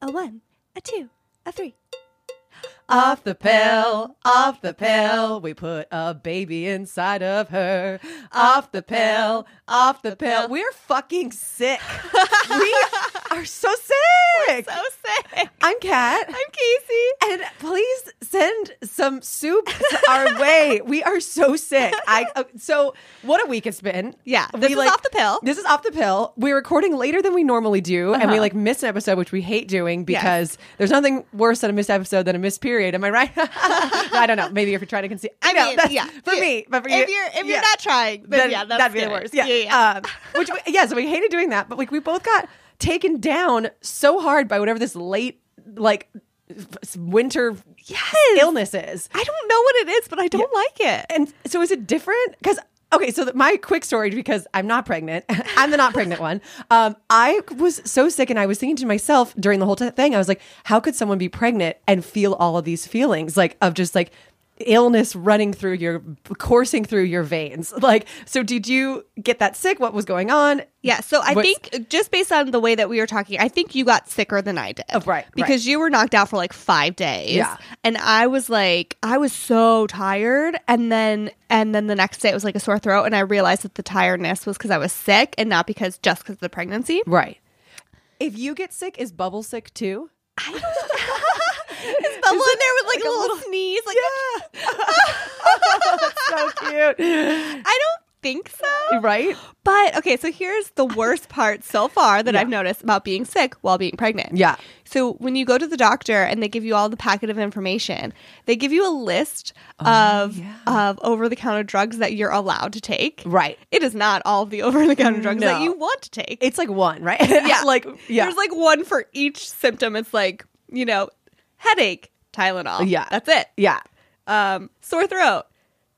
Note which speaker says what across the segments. Speaker 1: a one, a two, a three.
Speaker 2: Off the pill, off the pill, we put a baby inside of her. Off the pill, off the pill. We're fucking sick. we are so sick.
Speaker 1: So sick.
Speaker 2: I'm Kat.
Speaker 1: I'm Casey.
Speaker 2: And please send some soup our way. We are so sick. I uh, so what a week it's been.
Speaker 1: Yeah, this is off the pill.
Speaker 2: This is off the pill. We're recording later than we normally do, and
Speaker 1: Uh-huh.
Speaker 2: we like miss an episode, which we hate doing because there's nothing worse than a missed episode than a missed period. Am I right? I don't know. Maybe if you're trying to conceive, I, know
Speaker 1: mean,
Speaker 2: that's,
Speaker 1: yeah.
Speaker 2: for
Speaker 1: Yeah.
Speaker 2: me, but for
Speaker 1: If
Speaker 2: you,
Speaker 1: you're if you're
Speaker 2: yeah.
Speaker 1: not trying, then,
Speaker 2: Then
Speaker 1: yeah, that's
Speaker 2: that'd be the
Speaker 1: scary.
Speaker 2: worst. Yeah,
Speaker 1: yeah, yeah.
Speaker 2: Um, which we, yeah, so we hated doing that, but like we both got taken down so hard by whatever this late like f- winter illness is.
Speaker 1: I don't know what it is, but I don't like it.
Speaker 2: And so is it different? Because okay, so th- my quick story because I'm not pregnant. I'm the not pregnant one. Um, I was so sick, and I was thinking to myself during the whole t- thing, I was like, how could someone be pregnant and feel all of these feelings like of just like illness running through your coursing through your veins like so did you get that sick what was going on
Speaker 1: Yeah, so I
Speaker 2: What's-
Speaker 1: think just based on the way that we were talking, I think you got sicker than I did.
Speaker 2: Oh, right,
Speaker 1: Because you were knocked out for like 5 days.
Speaker 2: Yeah.
Speaker 1: And I was like I was so tired and then and then the next day it was like a sore throat and I realized that the tiredness was cuz I was sick and not because just cuz of the pregnancy.
Speaker 2: right if you get sick is bubble sick too
Speaker 1: Bubble in there with like, a, little, sneeze like
Speaker 2: so cute
Speaker 1: I don't think so.
Speaker 2: right
Speaker 1: But okay, so here's the worst part so far that I've noticed about being sick while being pregnant.
Speaker 2: Yeah.
Speaker 1: So when you go to the doctor and they give you all the packet of information, they give you a list
Speaker 2: Oh,
Speaker 1: of of over the counter drugs that you're allowed to take.
Speaker 2: right
Speaker 1: It is not all of the over the counter drugs that
Speaker 2: No.
Speaker 1: you want to take.
Speaker 2: it's like one right
Speaker 1: yeah,
Speaker 2: like yeah
Speaker 1: There's like one for each symptom. It's like you know, headache, Tylenol.
Speaker 2: Yeah.
Speaker 1: that's it.
Speaker 2: yeah
Speaker 1: Um, sore throat,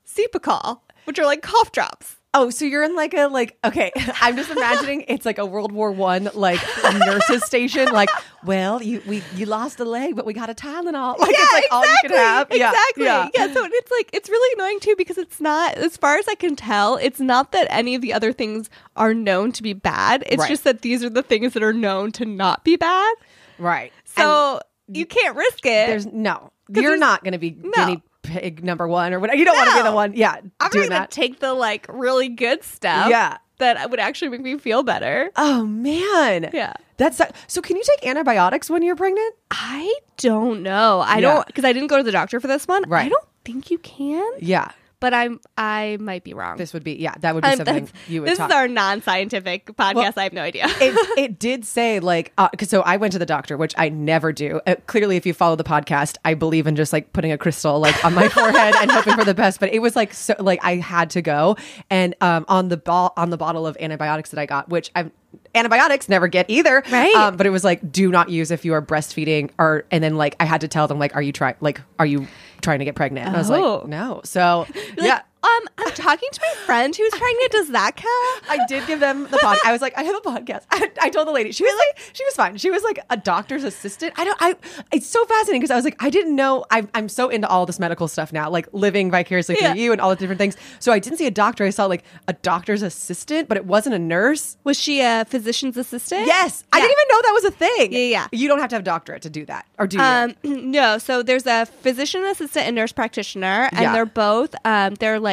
Speaker 1: Sepacol, which are like cough drops.
Speaker 2: Oh, so you're in like a like okay. I'm just imagining it's like a World War One like nurses station. Like, well, you we you lost a leg, but we got a Tylenol. Like it's like all you can have. Yeah,
Speaker 1: Exactly.
Speaker 2: Yeah.
Speaker 1: So it's like it's really annoying too because it's not, as far as I can tell, it's not that any of the other things are known to be bad. It's
Speaker 2: Right.
Speaker 1: just that these are the things that are known to not be bad.
Speaker 2: Right. And
Speaker 1: So you can't risk it.
Speaker 2: there's no. You're
Speaker 1: there's-
Speaker 2: not going to be guinea pig number one or whatever. You don't want to be
Speaker 1: No.
Speaker 2: the one. Yeah.
Speaker 1: I'm not
Speaker 2: doing
Speaker 1: gonna
Speaker 2: that.
Speaker 1: take the like really good stuff.
Speaker 2: Yeah.
Speaker 1: That would actually make me feel better.
Speaker 2: oh man.
Speaker 1: Yeah.
Speaker 2: That's so. Can you take antibiotics when you're pregnant?
Speaker 1: I don't know. I
Speaker 2: Yeah.
Speaker 1: don't because I didn't go to the doctor for this one. I
Speaker 2: Right.
Speaker 1: don't think you can,
Speaker 2: Yeah.
Speaker 1: but I'm I might be wrong.
Speaker 2: This would be yeah. That would be
Speaker 1: I'm-
Speaker 2: something
Speaker 1: Um, that's-
Speaker 2: you would.
Speaker 1: this
Speaker 2: talk.
Speaker 1: is our non-scientific podcast. I have no idea.
Speaker 2: it, it did say like uh, 'cause so i went to the doctor which i never do uh, clearly if you follow the podcast i believe in just like putting a crystal like on my forehead and hoping for the best but it was like so like i had to go and um on the ball on the bottle of antibiotics that i got which i'm antibiotics never get either
Speaker 1: Right.
Speaker 2: um, but it was like do not use if you are breastfeeding or and then like i had to tell them like are you trying like are you trying to get pregnant and i was
Speaker 1: Oh.
Speaker 2: like no so
Speaker 1: You're
Speaker 2: yeah
Speaker 1: like, um, I'm talking to my friend who's pregnant. Does that count?
Speaker 2: I did give them the pod. I was like, I have a podcast. I, I told the lady. She was like, she was fine. She was like a doctor's assistant. I don't. I. It's so fascinating because I was like, I didn't know. I'm I'm so into all this medical stuff now, like living vicariously
Speaker 1: Yeah.
Speaker 2: through you and all the different things. So I didn't see a doctor. I saw like a doctor's assistant, but it wasn't a nurse.
Speaker 1: Was she a physician's assistant?
Speaker 2: Yes, I
Speaker 1: Yeah.
Speaker 2: didn't even know that was a thing.
Speaker 1: Yeah, yeah.
Speaker 2: You don't have to have a doctorate to do that, or do you?
Speaker 1: Um, no, so there's a physician assistant and nurse practitioner, and
Speaker 2: Yeah.
Speaker 1: they're both um, they're like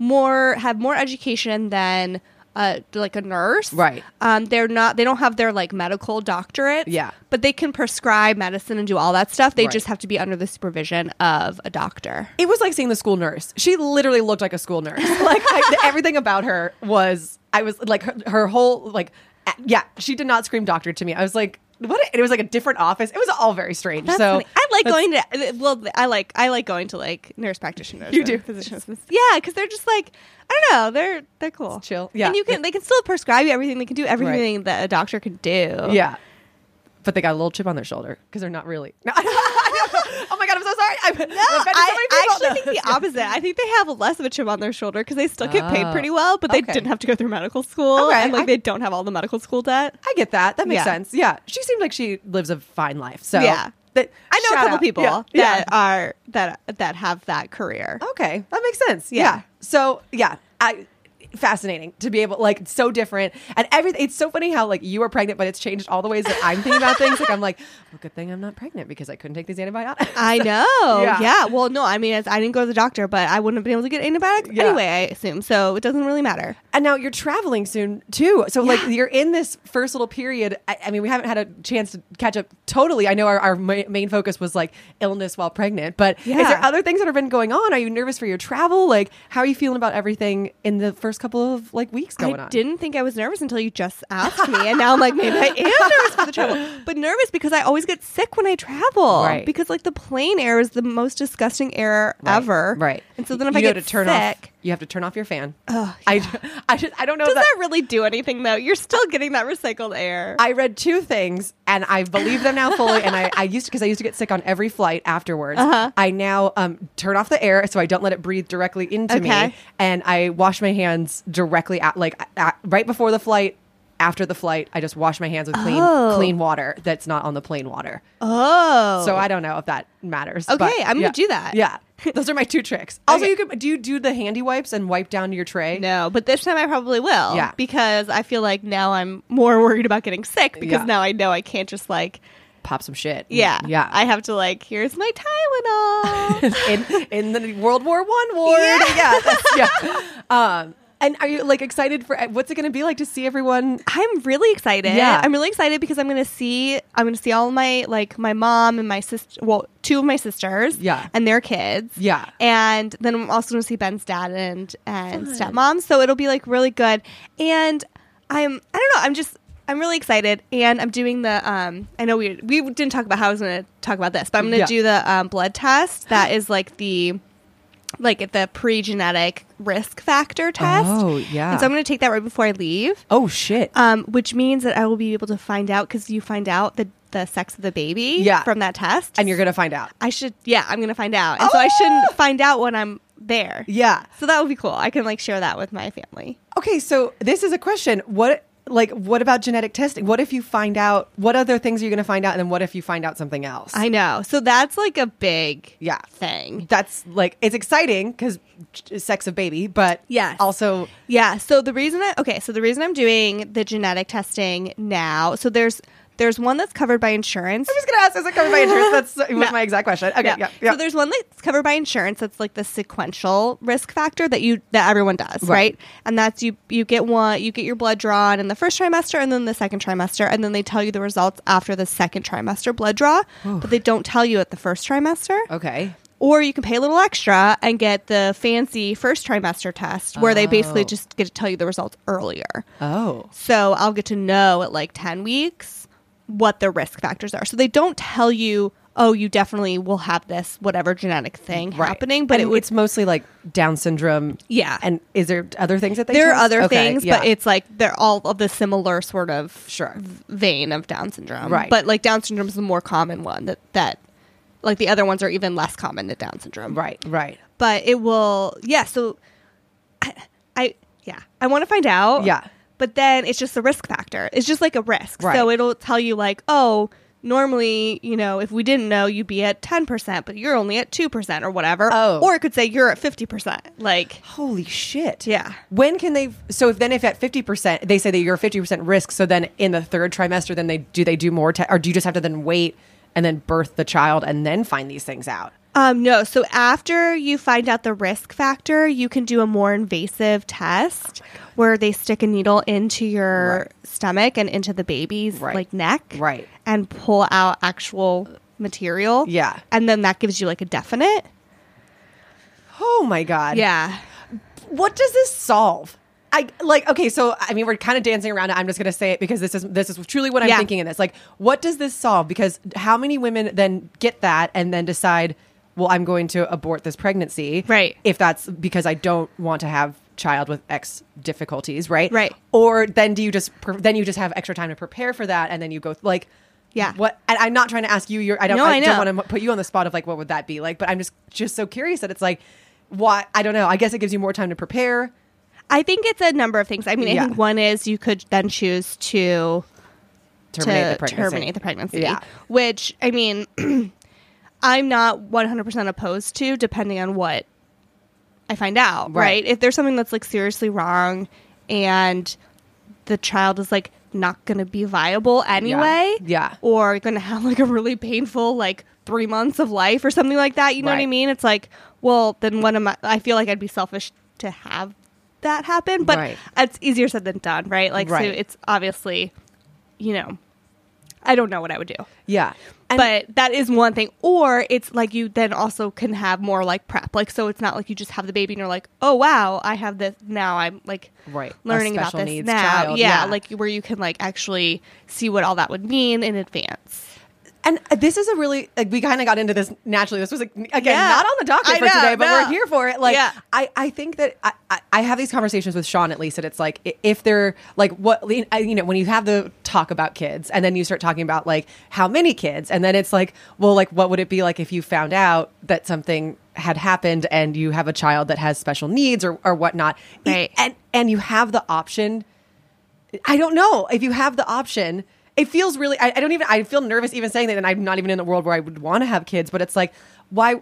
Speaker 1: more have more education than uh, like a nurse,
Speaker 2: Right.
Speaker 1: Um, they're not they don't have their like medical doctorate,
Speaker 2: Yeah.
Speaker 1: but they can prescribe medicine and do all that stuff. They
Speaker 2: Right.
Speaker 1: just have to be under the supervision of a doctor.
Speaker 2: it was like seeing the school nurse. She literally looked like a school nurse. Like I, everything about her was, I was like her, her whole like, a- yeah. She did not scream doctor to me. I was like, what? a- it was like a different office. It was all very strange.
Speaker 1: That's
Speaker 2: so
Speaker 1: funny. I like going to well, I like I like going to like nurse practitioners.
Speaker 2: You
Speaker 1: and
Speaker 2: do.
Speaker 1: physicians. yeah, because they're just like I don't know, they're they're cool,
Speaker 2: It's chill. Yeah.
Speaker 1: and you can they can still prescribe you everything. They can do everything that a doctor could do.
Speaker 2: yeah. But they got a little chip on their shoulder because they're not really. No, I don't- I don't- oh my god, I'm so sorry. I'm, no,
Speaker 1: I, I actually think the opposite. I think they have less of a chip on their shoulder because they still get paid
Speaker 2: Oh,
Speaker 1: pretty well, but they
Speaker 2: okay.
Speaker 1: didn't have to go through medical school,
Speaker 2: Okay,
Speaker 1: and like
Speaker 2: I-
Speaker 1: they don't have all the medical school debt.
Speaker 2: I get that. That makes
Speaker 1: Yeah.
Speaker 2: sense. Yeah, she seemed like she lives a fine life. So
Speaker 1: Yeah.
Speaker 2: that,
Speaker 1: I know
Speaker 2: shout
Speaker 1: a couple
Speaker 2: out.
Speaker 1: people
Speaker 2: Yeah.
Speaker 1: that
Speaker 2: Yeah.
Speaker 1: are that that have that career.
Speaker 2: Okay, that makes sense.
Speaker 1: Yeah.
Speaker 2: Yeah. So yeah, I fascinating to be able like it's so different and everything it's so funny how like you are pregnant but it's changed all the ways that i'm thinking about things like i'm like well good thing i'm not pregnant because i couldn't take these antibiotics
Speaker 1: I know.
Speaker 2: Yeah.
Speaker 1: Yeah. Well, no, I mean, it's, I didn't go to the doctor, but I wouldn't have been able to get antibiotics
Speaker 2: Yeah.
Speaker 1: anyway, I assume. So it doesn't really matter.
Speaker 2: and now you're traveling soon too so like you're in this first little period I, I mean we haven't had a chance to catch up totally i know our, our ma- main focus was like illness while pregnant but is
Speaker 1: Yeah.
Speaker 2: there other things that have been going on are you nervous for your travel like how are you feeling about everything in the first couple of like weeks going
Speaker 1: I
Speaker 2: on
Speaker 1: didn't think I was nervous until you just asked me, and now I'm like, maybe I am nervous for the travel, but nervous because I always get sick when I travel.
Speaker 2: Right.
Speaker 1: Because like the plane air is the most disgusting air ever.
Speaker 2: Right.
Speaker 1: And so then if
Speaker 2: you
Speaker 1: I
Speaker 2: know
Speaker 1: get
Speaker 2: to turn
Speaker 1: sick,
Speaker 2: off, you have to turn off your fan. I, ju- I, just, I don't know
Speaker 1: does
Speaker 2: that.
Speaker 1: that really do anything though? You're still getting that recycled air.
Speaker 2: I read two things and I believe them now fully. And I, I used to, because I used to get sick on every flight afterwards.
Speaker 1: Uh-huh.
Speaker 2: I now um, turn off the air so I don't let it breathe directly into me.
Speaker 1: Okay.
Speaker 2: And I wash my hands directly at, like, at, right before the flight. After the flight, I just wash my hands with clean,
Speaker 1: Oh.
Speaker 2: clean water that's not on the plane water.
Speaker 1: oh.
Speaker 2: So I don't know if that matters.
Speaker 1: Okay,
Speaker 2: but
Speaker 1: I'm gonna
Speaker 2: yeah.
Speaker 1: do that.
Speaker 2: Yeah, those are my two tricks. Also,
Speaker 1: Okay.
Speaker 2: you could do you do the handy wipes and wipe down your tray?
Speaker 1: No, but this time I probably will.
Speaker 2: Yeah.
Speaker 1: Because I feel like now I'm more worried about getting sick because
Speaker 2: Yeah.
Speaker 1: now I know I can't just like,
Speaker 2: Pop some shit.
Speaker 1: yeah,
Speaker 2: yeah.
Speaker 1: I have to like, here's my Tylenol.
Speaker 2: in in the World War One war. Yeah, that's- yeah. Um, and are you like excited for what's it going to be like to see everyone?
Speaker 1: I'm really excited.
Speaker 2: Yeah.
Speaker 1: I'm really excited because I'm gonna see I'm gonna see all my like my mom and my sister well, two of my sisters.
Speaker 2: Yeah.
Speaker 1: And their kids.
Speaker 2: Yeah.
Speaker 1: And then I'm also gonna see Ben's dad and and stepmom. So it'll be like really good. And I'm I don't know, I'm just I'm really excited and I'm doing the um I know we we didn't talk about how I was gonna talk about this, but I'm gonna
Speaker 2: Yeah.
Speaker 1: do the um, blood test that is like the like the pre-genetic risk factor test.
Speaker 2: Oh, yeah.
Speaker 1: And so I'm going to take that right before I leave
Speaker 2: Oh shit!
Speaker 1: um, which means that I will be able to find out because you find out the the sex of the baby
Speaker 2: Yeah.
Speaker 1: from that test,
Speaker 2: and you're going to find out.
Speaker 1: I should yeah I'm gonna find out, and so I shouldn't find out when I'm there.
Speaker 2: Yeah.
Speaker 1: So that would be cool. I can like share that with my family.
Speaker 2: Okay, so this is a question. What like what about genetic testing? What if you find out? What other things are you going to find out? And then what if you find out something else?
Speaker 1: I know. So that's like a big
Speaker 2: Yeah.
Speaker 1: thing.
Speaker 2: that's like it's exciting because sex of baby, but
Speaker 1: Yes.
Speaker 2: also
Speaker 1: Yeah. So the reason I okay, so the reason I'm doing the genetic testing now, so there's there's one that's covered by insurance.
Speaker 2: I'm just going to ask. Is it covered by insurance? That's was my exact question. Okay, yeah,
Speaker 1: yeah.
Speaker 2: yeah.
Speaker 1: So there's one that's covered by insurance. That's like the sequential risk factor that you that everyone does, right?
Speaker 2: Right.
Speaker 1: And that's you you get one you get your blood drawn in the first trimester and then the second trimester, and then they tell you the results after the second trimester blood draw, but they don't tell you at the first trimester.
Speaker 2: okay.
Speaker 1: Or you can pay a little extra and get the fancy first trimester test, where they
Speaker 2: Oh.
Speaker 1: basically just get to tell you the results earlier.
Speaker 2: Oh,
Speaker 1: So I'll get to know at like 10 weeks what the risk factors are. So they don't tell you, oh, you definitely will have this whatever genetic thing happening, but
Speaker 2: And
Speaker 1: it would,
Speaker 2: it's mostly like Down syndrome.
Speaker 1: Yeah.
Speaker 2: and is there other things that they
Speaker 1: there are
Speaker 2: test?
Speaker 1: other
Speaker 2: Okay,
Speaker 1: things,
Speaker 2: yeah.
Speaker 1: but it's like they're all of the similar sort of
Speaker 2: Sure.
Speaker 1: v- vein of Down syndrome.
Speaker 2: Right.
Speaker 1: But like Down syndrome is the more common one that, that like the other ones are even less common than Down syndrome.
Speaker 2: right, right.
Speaker 1: But it will, yeah. So I, I yeah, I want to find out.
Speaker 2: Yeah.
Speaker 1: But then it's just a risk factor. It's just like a risk.
Speaker 2: Right.
Speaker 1: So it'll tell you like, oh, normally, you know, if we didn't know, you'd be at ten percent, but you're only at two percent or whatever.
Speaker 2: Oh.
Speaker 1: Or it could say you're at fifty percent. Like
Speaker 2: Holy shit!
Speaker 1: Yeah.
Speaker 2: When can they? So if then if at fifty percent they say that you're fifty percent risk, so then in the third trimester, then they do they do more, te- or do you just have to then wait and then birth the child and then find these things out?
Speaker 1: Um, no. So after you find out the risk factor, you can do a more invasive test where they stick a needle into your
Speaker 2: Oh Right.
Speaker 1: stomach and into the baby's
Speaker 2: Right.
Speaker 1: like neck,
Speaker 2: Right.
Speaker 1: and pull out actual material.
Speaker 2: Yeah.
Speaker 1: and then that gives you like a definite.
Speaker 2: Oh my god!
Speaker 1: Yeah.
Speaker 2: what does this solve? I like okay, so I mean we're kind of dancing around it. I'm just gonna say it because this is this is truly what I'm
Speaker 1: Yeah.
Speaker 2: thinking in this. Like, what does this solve? Because how many women then get that and then decide, well, I'm going to abort this pregnancy,
Speaker 1: Right.
Speaker 2: If that's because I don't want to have child with X difficulties, right?
Speaker 1: Right.
Speaker 2: Or then do you just pre- then you just have extra time to prepare for that and then you go like.
Speaker 1: Yeah.
Speaker 2: What? And I'm not trying to ask you. Your I don't.
Speaker 1: No,
Speaker 2: I,
Speaker 1: I
Speaker 2: don't
Speaker 1: know.
Speaker 2: want to put you on the spot of like what would that be like. But I'm just just so curious that it's like, why? I don't know. I guess it gives you more time to prepare.
Speaker 1: I think it's a number of things. I mean, I
Speaker 2: Yeah.
Speaker 1: think one is you could then choose to
Speaker 2: terminate
Speaker 1: to
Speaker 2: the pregnancy.
Speaker 1: terminate the pregnancy.
Speaker 2: Yeah.
Speaker 1: Which I mean, I'm not 100 percent opposed to, depending on what I find out,
Speaker 2: Right.
Speaker 1: right. If there's something that's like seriously wrong and the child is like not going to be viable anyway,
Speaker 2: Yeah.
Speaker 1: or going to have like a really painful like three months of life or something like that, you know what I
Speaker 2: Right.
Speaker 1: mean? It's like, well, then what am I? I feel like I'd be selfish to have that happen, but
Speaker 2: Right.
Speaker 1: it's easier said than done, right? Like,
Speaker 2: Right.
Speaker 1: so it's obviously, you know, I don't know what I would do
Speaker 2: Yeah. And
Speaker 1: but that is one thing. Or it's like you then also can have more like prep. Like so it's not like you just have the baby and you're like, oh wow, I have this now. I'm like
Speaker 2: Right. A
Speaker 1: learning about
Speaker 2: special
Speaker 1: this
Speaker 2: needs
Speaker 1: now.
Speaker 2: child,
Speaker 1: Yeah,
Speaker 2: yeah.
Speaker 1: like where you can like actually see what all that would mean in advance.
Speaker 2: And this is a really like we kind of got into this naturally. This was like again
Speaker 1: Yeah.
Speaker 2: not on the docket
Speaker 1: I
Speaker 2: for
Speaker 1: know,
Speaker 2: today, but
Speaker 1: no.
Speaker 2: we're here for it. Like
Speaker 1: Yeah.
Speaker 2: I, I think that I, I, I have these conversations with Sean at least, and it's like i- if they're like what I- you know when you have the talk about kids, and then you start talking about like how many kids, and then it's like well like what would it be like if you found out that something had happened and you have a child that has special needs or or whatnot, E,
Speaker 1: Right.
Speaker 2: And and you have the option I don't know if you have the option. It feels really. I, I don't even. I feel nervous even saying that, and I'm not even in the world where I would want to have kids. But it's like, why?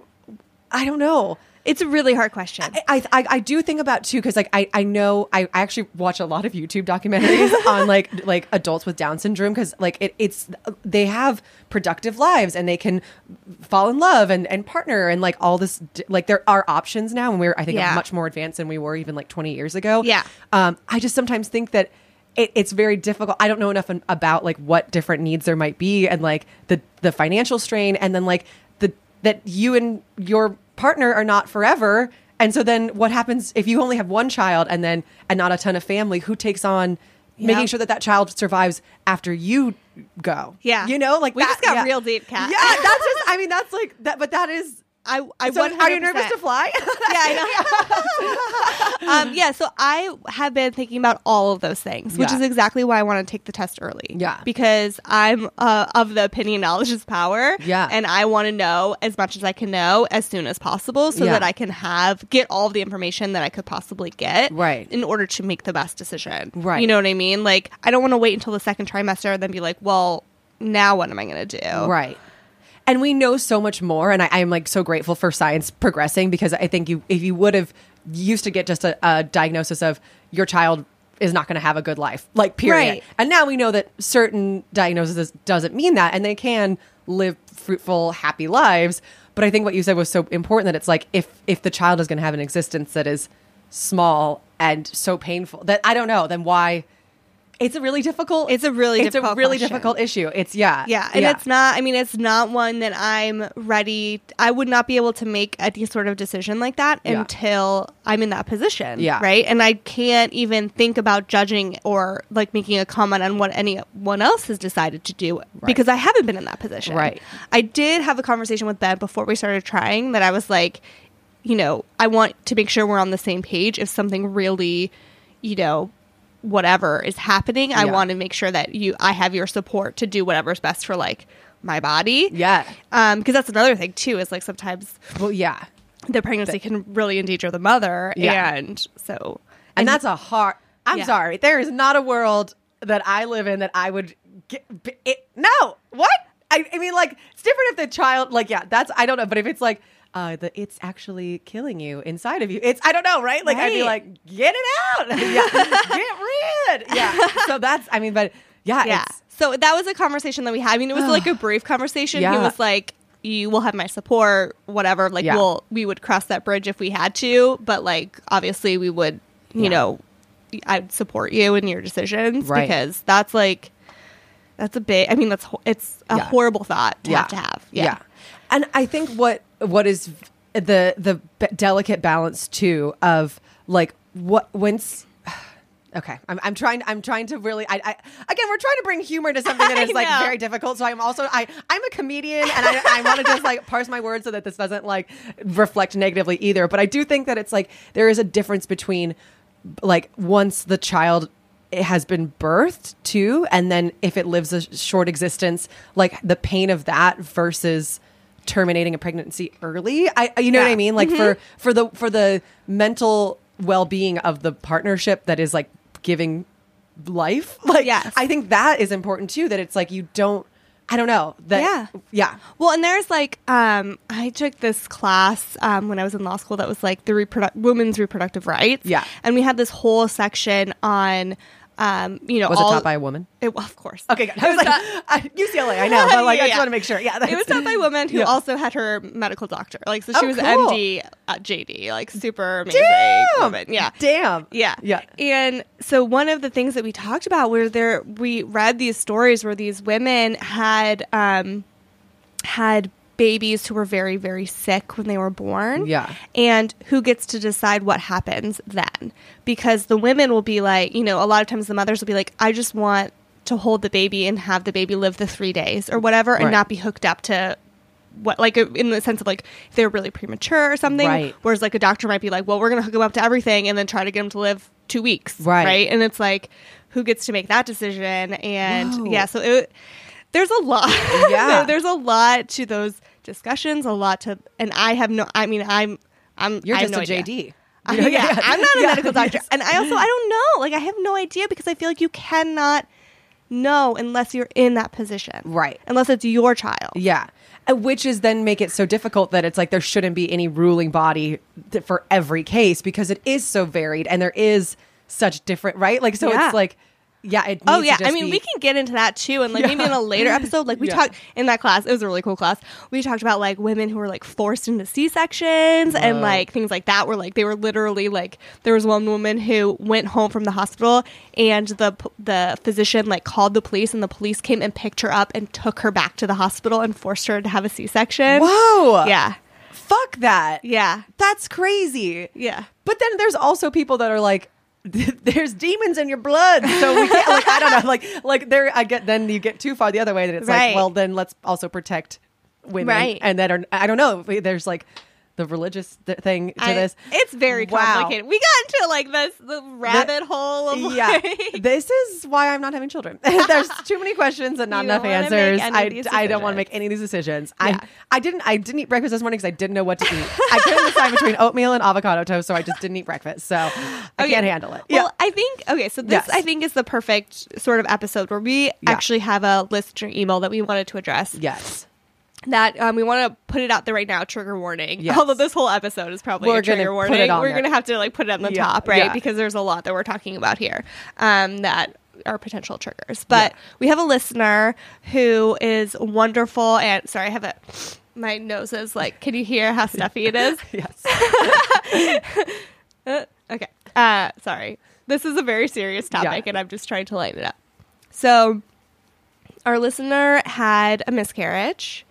Speaker 2: I don't know.
Speaker 1: It's a really hard question.
Speaker 2: I, I, I do think about too because like I, I know I, I actually watch a lot of YouTube documentaries on like like adults with Down syndrome because like it, it's they have productive lives and they can fall in love and, and partner and like all this d- like there are options now and we're I think
Speaker 1: Yeah.
Speaker 2: much more advanced than we were even like 20 years ago
Speaker 1: Yeah.
Speaker 2: um, I just sometimes think that it, it's very difficult. I don't know enough an- about like what different needs there might be, and like the the financial strain, and then like the that you and your partner are not forever. And so then what happens if you only have one child and then and not a ton of family? Who takes on making
Speaker 1: Yeah.
Speaker 2: sure that that child survives after you go?
Speaker 1: Yeah.
Speaker 2: you know, like
Speaker 1: We
Speaker 2: that-
Speaker 1: just got
Speaker 2: yeah.
Speaker 1: real deep, Kat.
Speaker 2: Yeah, that's just. I mean, that's like that, but that is.
Speaker 1: I I
Speaker 2: So are you
Speaker 1: 100%.
Speaker 2: nervous to fly?
Speaker 1: yeah, I know. um, yeah, so I have been thinking about all of those things, which
Speaker 2: Yeah.
Speaker 1: is exactly why I want to take the test early.
Speaker 2: Yeah.
Speaker 1: Because I'm uh, of the opinion knowledge is power.
Speaker 2: Yeah.
Speaker 1: And I want to know as much as I can know as soon as possible so
Speaker 2: Yeah.
Speaker 1: that I can have, get all the information that I could possibly get.
Speaker 2: Right.
Speaker 1: In order to make the best decision.
Speaker 2: Right.
Speaker 1: You know what I mean? Like, I don't want to wait until the second trimester and then be like, well, now what am I going to do?
Speaker 2: Right. And we know so much more, and I, I'm like so grateful for science progressing because I think you, if you would have used to get just a, a diagnosis of your child is not going to have a good life, like period.
Speaker 1: Right.
Speaker 2: And now we know that certain diagnoses doesn't mean that, and they can live fruitful, happy lives. But I think what you said was so important that it's like if if the child is going to have an existence that is small and so painful that I don't know, then why? It's a really difficult.
Speaker 1: It's a really
Speaker 2: it's
Speaker 1: difficult
Speaker 2: a really
Speaker 1: question.
Speaker 2: difficult issue. It's yeah,
Speaker 1: Yeah, and it's not. I mean, it's not one that I'm ready. I would not be able to make any sort of decision like that
Speaker 2: Yeah.
Speaker 1: until I'm in that position.
Speaker 2: Yeah.
Speaker 1: right. And I can't even think about judging or like making a comment on what anyone else has decided to do because I haven't been in that position.
Speaker 2: Right.
Speaker 1: I did have a conversation with Ben before we started trying that I was like, you know, I want to make sure we're on the same page. If something really, you know, whatever is happening, I
Speaker 2: Yeah.
Speaker 1: want to make sure that you, I have your support to do whatever's best for like my body.
Speaker 2: Yeah.
Speaker 1: Um, because that's another thing too is like sometimes
Speaker 2: Well, yeah.
Speaker 1: the pregnancy can really endanger the mother,
Speaker 2: Yeah.
Speaker 1: and so
Speaker 2: And that's a hard. I'm
Speaker 1: Yeah.
Speaker 2: sorry. There is not a world that I live in that I would get. b- It, no. What? I, I mean, like, it's different if the child, like, yeah, that's, I don't know. But if it's like, uh, the, it's actually killing you inside of you. It's, I don't know, right? Like, I'd be
Speaker 1: Right.
Speaker 2: like, get it out. yeah. Get rid. Yeah. So that's, I mean, but yeah.
Speaker 1: yeah.
Speaker 2: It's,
Speaker 1: So that was a conversation that we had. I mean, it was like a brief conversation. He
Speaker 2: Yeah.
Speaker 1: was like, "You will have my support, whatever. Like,
Speaker 2: Yeah.
Speaker 1: we'll we would cross that bridge if we had to, but like, obviously, we would. You
Speaker 2: Yeah.
Speaker 1: know, I'd support you in your decisions
Speaker 2: Right.
Speaker 1: because that's like." That's a big. I mean, that's ho- it's a
Speaker 2: Yeah.
Speaker 1: horrible thought to have to have. Yeah,
Speaker 2: And I think what what is the the b- delicate balance too of like what once okay I'm, I'm trying i'm trying to really I, I again we're trying to bring humor to something that
Speaker 1: I
Speaker 2: is like
Speaker 1: know.
Speaker 2: very difficult so i'm also i i'm a comedian and i, I want to just like parse my words so that this doesn't like reflect negatively either but i do think that it's like there is a difference between like once the child has been birthed too and then if it lives a sh- short existence like the pain of that versus terminating a pregnancy early i you know what i
Speaker 1: Yeah.
Speaker 2: mean like for for the for the mental well-being of the partnership that is like giving life like
Speaker 1: Yes.
Speaker 2: i think that is important too that it's like you don't I don't know. That,
Speaker 1: Yeah.
Speaker 2: Yeah.
Speaker 1: Well, and there's like um, I took this class um, when I was in law school that was like the reproduct women's reproductive rights.
Speaker 2: Yeah.
Speaker 1: and we had this whole section on, um, you know,
Speaker 2: Was
Speaker 1: all,
Speaker 2: it taught by a woman?
Speaker 1: It, of course.
Speaker 2: Okay, good. I was like, I, UCLA, I know, but like, I just want to make sure. Yeah,
Speaker 1: it was taught by a woman who
Speaker 2: Yeah.
Speaker 1: also had her medical doctor. Like, so she
Speaker 2: Oh,
Speaker 1: was
Speaker 2: cool.
Speaker 1: MD at JD, like super amazing woman. Yeah,
Speaker 2: Damn.
Speaker 1: yeah.
Speaker 2: Yeah.
Speaker 1: And so one of the things that we talked about where there we read these stories where these women had um had babies who were very very sick when they were born.
Speaker 2: Yeah.
Speaker 1: And who gets to decide what happens then? Because the women will be like, you know, a lot of times the mothers will be like I just want to hold the baby and have the baby live the 3 days or whatever and
Speaker 2: Right.
Speaker 1: not be hooked up to what like in the sense of like if they're really premature or something
Speaker 2: Right.
Speaker 1: whereas like a doctor might be like well we're going to hook him up to everything and then try to get him to live two weeks
Speaker 2: Right.
Speaker 1: right and it's like who gets to make that decision and
Speaker 2: Whoa.
Speaker 1: yeah so it, there's a lot
Speaker 2: Yeah.
Speaker 1: there's a lot to those discussions a lot to and i have no i mean i'm i'm
Speaker 2: You're
Speaker 1: I have
Speaker 2: just
Speaker 1: no
Speaker 2: a
Speaker 1: idea.
Speaker 2: JD.
Speaker 1: I,
Speaker 2: You know?
Speaker 1: yeah, I'm not a
Speaker 2: Yeah.
Speaker 1: medical doctor,
Speaker 2: Yes.
Speaker 1: and I also I don't know. Like I have no idea because I feel like you cannot know unless you're in that position,
Speaker 2: Right.
Speaker 1: Unless it's your child,
Speaker 2: Yeah. Uh, Which is then make it so difficult that it's like there shouldn't be any ruling body th- for every case because it is so varied and there is such different, right? Like, so
Speaker 1: Yeah.
Speaker 2: it's like, yeah, it needs
Speaker 1: Oh
Speaker 2: to
Speaker 1: yeah, I
Speaker 2: just
Speaker 1: mean
Speaker 2: be-
Speaker 1: we can get into that too, and like
Speaker 2: Yeah.
Speaker 1: maybe in a later episode, like we
Speaker 2: Yeah.
Speaker 1: talked in that class. It was a really cool class. We talked about like women who were like forced into C sections and like things like that. Where like they were literally like there was one woman who went home from the hospital and the p- the physician like called the police and the police came and picked her up and took her back to the hospital and forced her to have a C section.
Speaker 2: Whoa.
Speaker 1: Yeah,
Speaker 2: Fuck that.
Speaker 1: yeah,
Speaker 2: That's crazy.
Speaker 1: yeah.
Speaker 2: But then there's also people that are like, there's demons in your blood, so we can't. Like I don't know, like like there. I get then you get too far the other way, that it's
Speaker 1: Right.
Speaker 2: like, well, then let's also protect women,
Speaker 1: Right.
Speaker 2: And that are I don't know. There's like the religious th- thing to
Speaker 1: I-
Speaker 2: this.
Speaker 1: it's very
Speaker 2: Wow.
Speaker 1: complicated. We got into like this the rabbit hole of
Speaker 2: Yeah,
Speaker 1: like-
Speaker 2: this is why I'm not having children. There's too many questions and not
Speaker 1: You
Speaker 2: enough
Speaker 1: don't wanna make
Speaker 2: answers.
Speaker 1: any of
Speaker 2: I,
Speaker 1: these
Speaker 2: I don't want to
Speaker 1: decisions.
Speaker 2: make any of these decisions.
Speaker 1: Yeah.
Speaker 2: I I didn't I didn't eat breakfast this morning because I didn't know what to eat. I couldn't decide between oatmeal and avocado toast, so I just didn't eat breakfast. So I can't handle it.
Speaker 1: Well, I think okay. So this
Speaker 2: Yes.
Speaker 1: I think is the perfect sort of episode where we actually have a listener email that we wanted to address.
Speaker 2: yes.
Speaker 1: That um, we want to put it out there right now. Trigger warning.
Speaker 2: Yes.
Speaker 1: Although this whole episode is probably
Speaker 2: We're
Speaker 1: a trigger
Speaker 2: gonna put
Speaker 1: warning.
Speaker 2: it on
Speaker 1: we're
Speaker 2: there.
Speaker 1: gonna have to like put it on the
Speaker 2: Yeah,
Speaker 1: top, right?
Speaker 2: yeah.
Speaker 1: Because there's a lot that we're talking about here um, that are potential triggers. But we have a listener who is wonderful. And sorry, I have a. My nose is like. Can you hear how stuffy it is?
Speaker 2: Yes.
Speaker 1: Uh, okay. Uh, sorry. This is a very serious topic,
Speaker 2: Yeah.
Speaker 1: and I'm just trying to lighten it up. So, our listener had a miscarriage,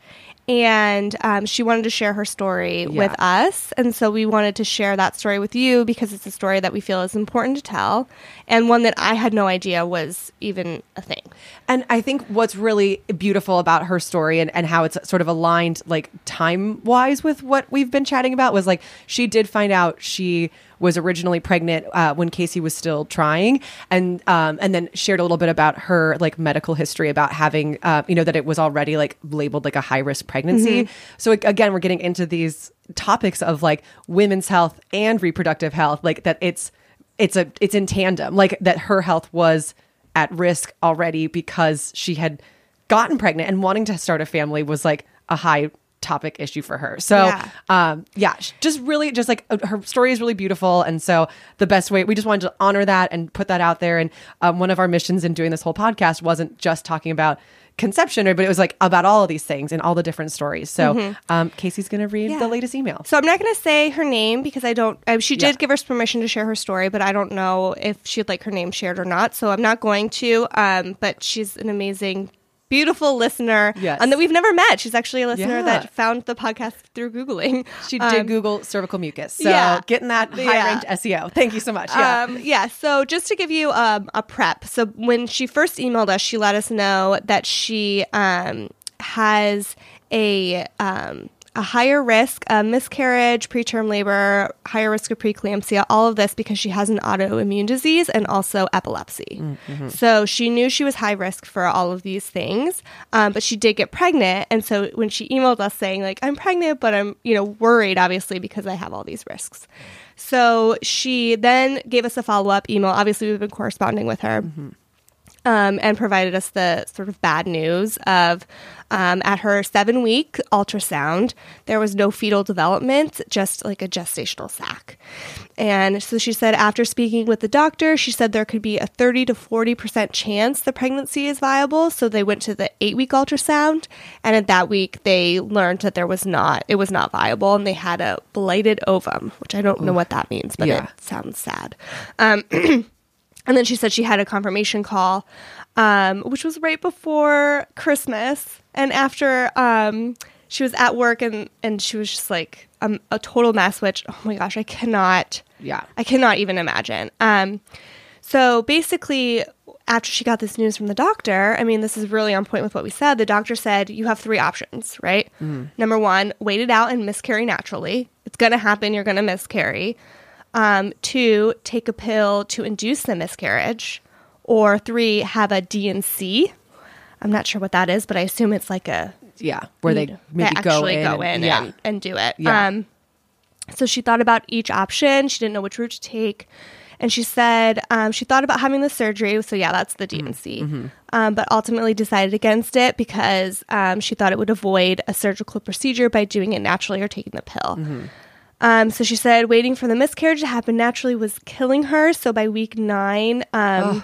Speaker 1: and um, she wanted to share her story with us. And so, we wanted to share that story with you because it's a story that we feel is important to tell, and one that I had no idea was even a thing.
Speaker 2: And I think what's really beautiful about her story and, and how it's sort of aligned, like time wise, with what we've been chatting about was like she did find out she was originally pregnant uh, when Casey was still trying, and um, and then shared a little bit about her like medical history about having, uh, you know, that it was already like labeled like a high risk pregnancy. So ag- again, we're getting into these topics of like women's health and reproductive health, like that it's it's a it's in tandem, like that her health was at risk already because she had gotten pregnant and wanting to start a family was like a high topic issue for her. So,
Speaker 1: Yeah.
Speaker 2: yeah. um, yeah, sh- just really, just like uh, her story is really beautiful. And so, the best way we just wanted to honor that and put that out there. And um, one of our missions in doing this whole podcast wasn't just talking about conception, or- but it was like about all of these things and all the different stories. So, um, Casey's going to read
Speaker 1: Yeah.
Speaker 2: the latest email.
Speaker 1: So I'm not going to say her name because I don't. Uh, she did
Speaker 2: Yeah.
Speaker 1: give us permission to share her story, but I don't know if she'd like her name shared or not. So I'm not going to. Um, but she's an amazing, beautiful listener,
Speaker 2: Yes.
Speaker 1: and that we've never met. She's actually a listener
Speaker 2: Yeah.
Speaker 1: that found the podcast through googling.
Speaker 2: She
Speaker 1: Um,
Speaker 2: did Google cervical mucus. So,
Speaker 1: yeah.
Speaker 2: getting that high
Speaker 1: Yeah.
Speaker 2: ranked SEO. Thank you so much. Yeah.
Speaker 1: Um, yeah. So just to give you um, a prep, so when she first emailed us, she let us know that she um, has a um, a higher risk of miscarriage, preterm labor, higher risk of preeclampsia, all of this because she has an autoimmune disease and also epilepsy. So she knew she was high risk for all of these things, um, but she did get pregnant, and so when she emailed us saying like I'm pregnant, but I'm you know worried obviously because I have all these risks. So she then gave us a follow up email. Obviously, we've been corresponding with her. um, and provided us the sort of bad news of um, at her seven week ultrasound, there was no fetal development, just like a gestational sac. And so she said, after speaking with the doctor, she said there could be a 30 to 40% chance the pregnancy is viable. So they went to the eight week ultrasound. And at that week, they learned that there was not, it was not viable. And they had a blighted ovum, which I don't know what that means, but
Speaker 2: Yeah.
Speaker 1: it sounds sad. Um, and then she said she had a confirmation call, um, which was right before Christmas. And after um, she was at work and, and she was just like um, a total mess, which, oh my gosh, I cannot.
Speaker 2: Yeah.
Speaker 1: I cannot even imagine. Um, so basically, after she got this news from the doctor, I mean, this is really on point with what we said. The doctor said, You have three options, right? Number one, wait it out and miscarry naturally. It's going to happen. You're going to miscarry. Um, two, take a pill to induce the miscarriage. Or three, have a DNC. I'm not sure what that is, but I assume it's like a
Speaker 2: Yeah, where they
Speaker 1: need-
Speaker 2: maybe go
Speaker 1: actually
Speaker 2: in.
Speaker 1: go in
Speaker 2: and, yeah.
Speaker 1: and, and do it.
Speaker 2: Yeah.
Speaker 1: Um, so she thought about each option. She didn't know which route to take. And she said um, she thought about having the surgery. So, yeah, that's
Speaker 2: Mm-hmm.
Speaker 1: the DNC. Um, but ultimately decided against it because um, she thought it would avoid a surgical procedure by doing it naturally or taking the pill.
Speaker 2: Mm-hmm.
Speaker 1: Um, so she said waiting for the miscarriage to happen naturally was killing her. So by week nine, um,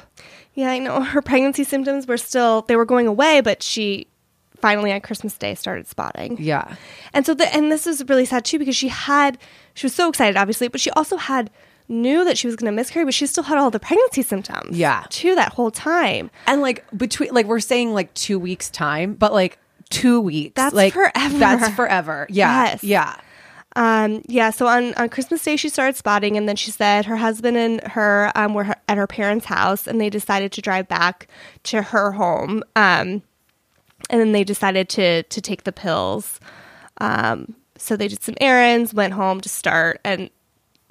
Speaker 1: yeah, I know her pregnancy symptoms were still they were going away, but she finally on Christmas Day started spotting.
Speaker 2: yeah.
Speaker 1: And so the and this is really sad too because she had she was so excited obviously, but she also had knew that she was going to miscarry, but she still had all the pregnancy symptoms.
Speaker 2: Yeah.
Speaker 1: too that whole time.
Speaker 2: And like between, like we're saying like two weeks time, but like two weeks.
Speaker 1: That's
Speaker 2: like,
Speaker 1: forever.
Speaker 2: That's forever. Yeah.
Speaker 1: Yes.
Speaker 2: Yeah.
Speaker 1: Um, yeah, so on, on Christmas Day, she started spotting, and then she said her husband and her um, were at her parents' house, and they decided to drive back to her home. Um, and then they decided to to take the pills. Um, so they did some errands, went home to start, and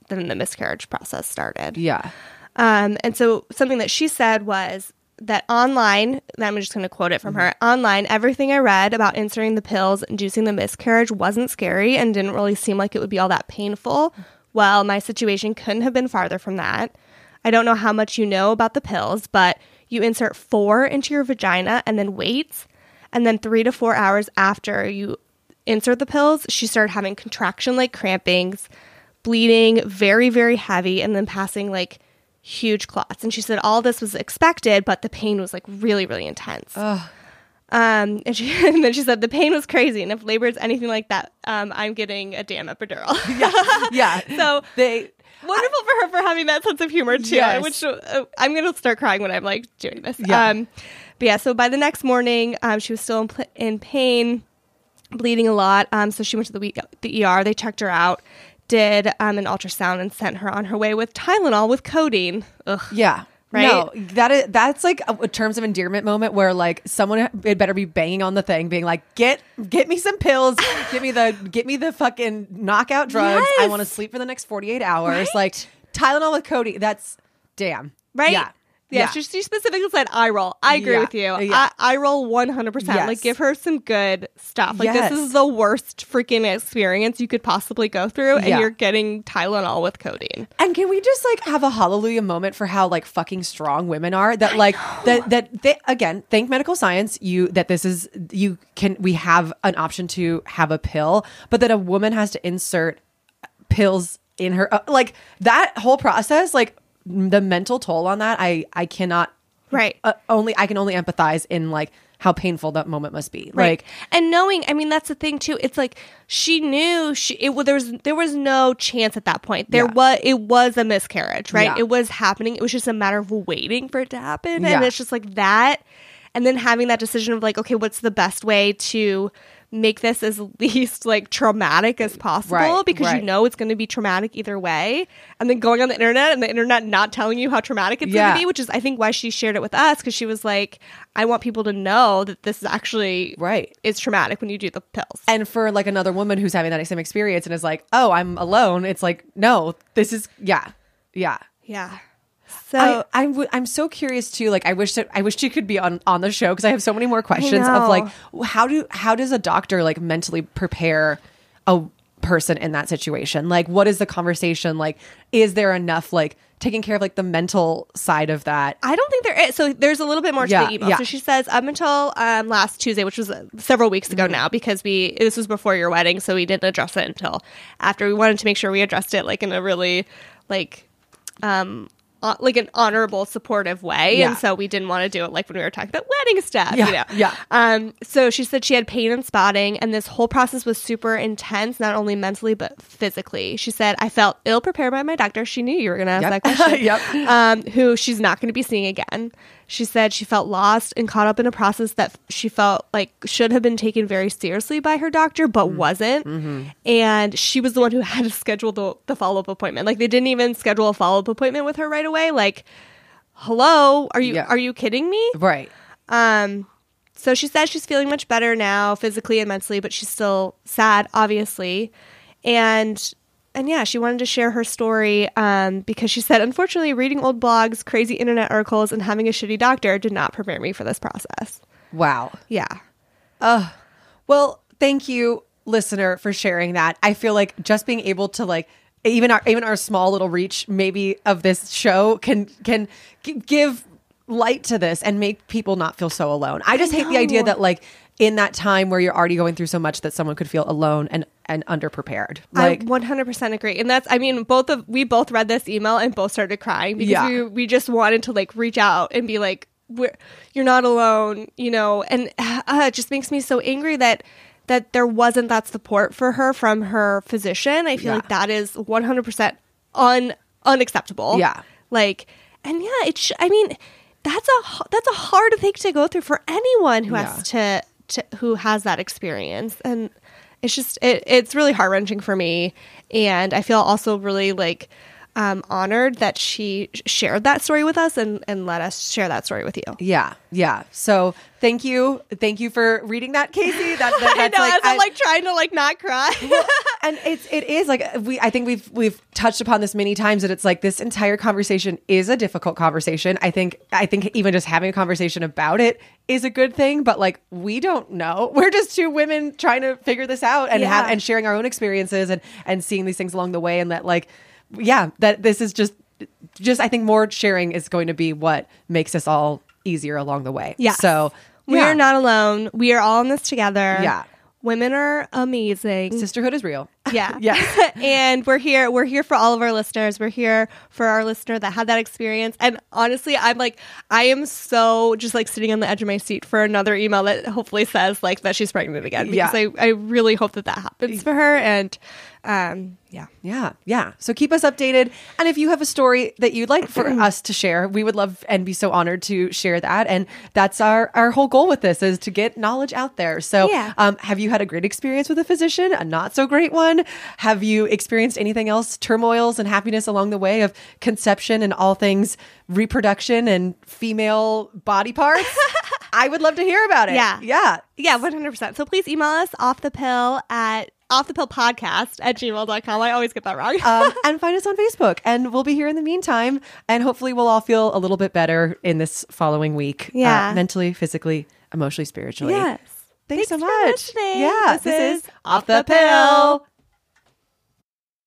Speaker 1: then the miscarriage process started.
Speaker 2: Yeah.
Speaker 1: Um, and so something that she said was that online, and I'm just going to quote it from her online, everything I read about inserting the pills, inducing the miscarriage wasn't scary and didn't really seem like it would be all that painful. Well, my situation couldn't have been farther from that. I don't know how much you know about the pills, but you insert four into your vagina and then wait. And then three to four hours after you insert the pills, she started having contraction like crampings, bleeding, very, very heavy, and then passing like huge clots. And she said all this was expected, but the pain was like really, really intense. Um, and, she, and then she said the pain was crazy. And if labor is anything like that, um, I'm getting a damn epidural.
Speaker 2: Yeah.
Speaker 1: so
Speaker 2: they,
Speaker 1: wonderful for her for having that sense of humor too.
Speaker 2: Yes.
Speaker 1: Which uh, I'm gonna start crying when I'm like doing this.
Speaker 2: Yeah.
Speaker 1: Um, but yeah, so by the next morning, um, she was still in, pl- in pain, bleeding a lot. Um, so she went to the we- the ER. They checked her out, did um, an ultrasound, and sent her on her way with Tylenol with codeine. Ugh.
Speaker 2: yeah.
Speaker 1: Right?
Speaker 2: No, that is that's like a, a terms of endearment moment where like someone it better be banging on the thing, being like, "Get get me some pills, get me the get me the fucking knockout drugs. I
Speaker 1: Yes.
Speaker 2: want to sleep for the next forty eight hours."
Speaker 1: Right?
Speaker 2: Like Tylenol with Cody. That's damn
Speaker 1: Right?
Speaker 2: Yeah,
Speaker 1: Yeah, She, she specifically said eye roll. I agree
Speaker 2: Yeah.
Speaker 1: with you.
Speaker 2: Yeah.
Speaker 1: I, I roll 100%.
Speaker 2: Yes.
Speaker 1: Like, give her some good stuff. Like,
Speaker 2: Yes.
Speaker 1: this is the worst freaking experience you could possibly go through, and
Speaker 2: Yeah.
Speaker 1: you're getting Tylenol with codeine.
Speaker 2: And can we just like have a hallelujah moment for how like fucking strong women are? That like that that they, again, thank medical science. You that this is you can we have an option to have a pill, but that a woman has to insert pills in her uh, like that whole process. Like m- the mental toll on that, I I cannot
Speaker 1: Right.
Speaker 2: uh, only I can only empathize in like how painful that moment must be.
Speaker 1: Right.
Speaker 2: Like
Speaker 1: and knowing, I mean, that's the thing too. It's like she knew she it well, there was there was no chance at that point. There
Speaker 2: Yeah.
Speaker 1: was it was a miscarriage, right?
Speaker 2: Yeah.
Speaker 1: It was happening. It was just a matter of waiting for it to happen,
Speaker 2: Yeah.
Speaker 1: and it's just like that. And then having that decision of like, okay, what's the best way to make this as least like traumatic as possible
Speaker 2: Right,
Speaker 1: because
Speaker 2: right.
Speaker 1: you know it's going to be traumatic either way and then going on the internet and the internet not telling you how traumatic it's
Speaker 2: Yeah.
Speaker 1: going to be which is i think why she shared it with us because she was like i want people to know that this is actually
Speaker 2: right.
Speaker 1: it's traumatic when you do the pills.
Speaker 2: and for like another woman who's having that same experience and is like, "Oh, I'm alone." It's like, "No, this is yeah. Yeah."
Speaker 1: Yeah. So
Speaker 2: I, I w- I'm so curious too. Like, I wish that I wish you could be on on the show because I have so many more questions of
Speaker 1: know.
Speaker 2: like, w- how do how does a doctor like mentally prepare a person in that situation? Like, what is the conversation? Like, is there enough, like, taking care of, like, the mental side of that?
Speaker 1: I don't think there is. So there's a little bit more to
Speaker 2: Yeah,
Speaker 1: the email.
Speaker 2: yeah.
Speaker 1: So she says up until um, last Tuesday, which was uh, several weeks
Speaker 2: Mm-hmm.
Speaker 1: ago now, because we this was before your wedding, so we didn't address it until after we wanted to make sure we addressed it like in a really like um uh, like an honorable, supportive way,
Speaker 2: Yeah.
Speaker 1: and so we didn't want to do it like when we were talking about wedding stuff.
Speaker 2: Yeah,
Speaker 1: you know?
Speaker 2: yeah.
Speaker 1: Um, so she said she had pain and spotting, and this whole process was super intense, not only mentally but physically. She said, "I felt ill prepared by my doctor. She knew you were going to ask
Speaker 2: Yep.
Speaker 1: that question.
Speaker 2: Yep.
Speaker 1: Um, who she's not going to be seeing again. She said she felt lost and caught up in a process that she felt like should have been taken very seriously by her doctor, but wasn't. And she was the one who had to schedule the, the follow up appointment. Like they didn't even schedule a follow up appointment with her right away. Like, hello, are you
Speaker 2: Yeah.
Speaker 1: are you kidding me?
Speaker 2: Right.
Speaker 1: Um, so she says she's feeling much better now, physically and mentally, but she's still sad, obviously. And and yeah, she wanted to share her story um, because she said, unfortunately, reading old blogs, crazy internet articles, and having a shitty doctor did not prepare me for this process.
Speaker 2: Wow.
Speaker 1: Yeah,
Speaker 2: Well, thank you, listener, for sharing that. I feel like just being able to like even our even our small little reach maybe of this show can can g- give light to this and make people not feel so alone. I just hate the idea
Speaker 1: know.
Speaker 2: that like in that time where you're already going through so much that someone could feel alone and and underprepared. Like
Speaker 1: I 100% agree. And that's, I mean, both of we both read this email and both started crying because
Speaker 2: Yeah.
Speaker 1: we, we just wanted to like reach out and be like, we're, you're not alone, you know. And uh, it just makes me so angry that that there wasn't that support for her from her physician. I feel
Speaker 2: Yeah.
Speaker 1: like that is 100% un unacceptable.
Speaker 2: Yeah.
Speaker 1: Like, and yeah, it. Sh- I mean, that's a h- that's a hard thing to go through for anyone who has to, to who has that experience, and it's just it, it's really heart wrenching for me, and I feel also really like um, honored that she sh- shared that story with us and and let us share that story with you.
Speaker 2: yeah, yeah. So thank you, thank you for reading that, Casey. That, that
Speaker 1: I
Speaker 2: that's
Speaker 1: know, as
Speaker 2: I-
Speaker 1: I'm like trying to like not cry.
Speaker 2: and it's it is like we I think we've we've touched upon this many times that it's like this entire conversation is a difficult conversation. I think I think even just having a conversation about it is a good thing, but like we don't know. We're just two women trying to figure this out and have
Speaker 1: Yeah.
Speaker 2: and sharing our own experiences and and seeing these things along the way and that like yeah, that this is just just I think more sharing is going to be what makes us all easier along the way.
Speaker 1: Yes.
Speaker 2: So
Speaker 1: we
Speaker 2: yeah.
Speaker 1: are not alone. We are all in this together.
Speaker 2: Yeah.
Speaker 1: Women are amazing.
Speaker 2: sisterhood is real.
Speaker 1: Yeah.
Speaker 2: Yes.
Speaker 1: and we're here we're here for all of our listeners. We're here for our listener that had that experience. And honestly, I'm like I am so just like sitting on the edge of my seat for another email that hopefully says like that she's pregnant again
Speaker 2: Yeah.
Speaker 1: because I I really hope that that happens for her and um yeah.
Speaker 2: Yeah, yeah. So keep us updated. And if you have a story that you'd like for us to share, we would love and be so honored to share that. And that's our our whole goal with this is to get knowledge out there. So
Speaker 1: Yeah.
Speaker 2: um, have you had a great experience with a physician, a not so great one? Have you experienced anything else, turmoils and happiness along the way of conception and all things reproduction and female body parts? I would love to hear about it.
Speaker 1: Yeah.
Speaker 2: Yeah.
Speaker 1: Yeah, 100%. So please email us off the pill at off the pill podcast at gmail.com. I always get that wrong.
Speaker 2: um, and find us on Facebook. And we'll be here in the meantime. And hopefully, we'll all feel a little bit better in this following week. uh,
Speaker 1: Yeah.
Speaker 2: mentally, physically, emotionally, spiritually.
Speaker 1: yes.
Speaker 2: Thanks, so
Speaker 1: for
Speaker 2: much.
Speaker 1: listening.
Speaker 2: Yeah.
Speaker 1: This is Off the Pill.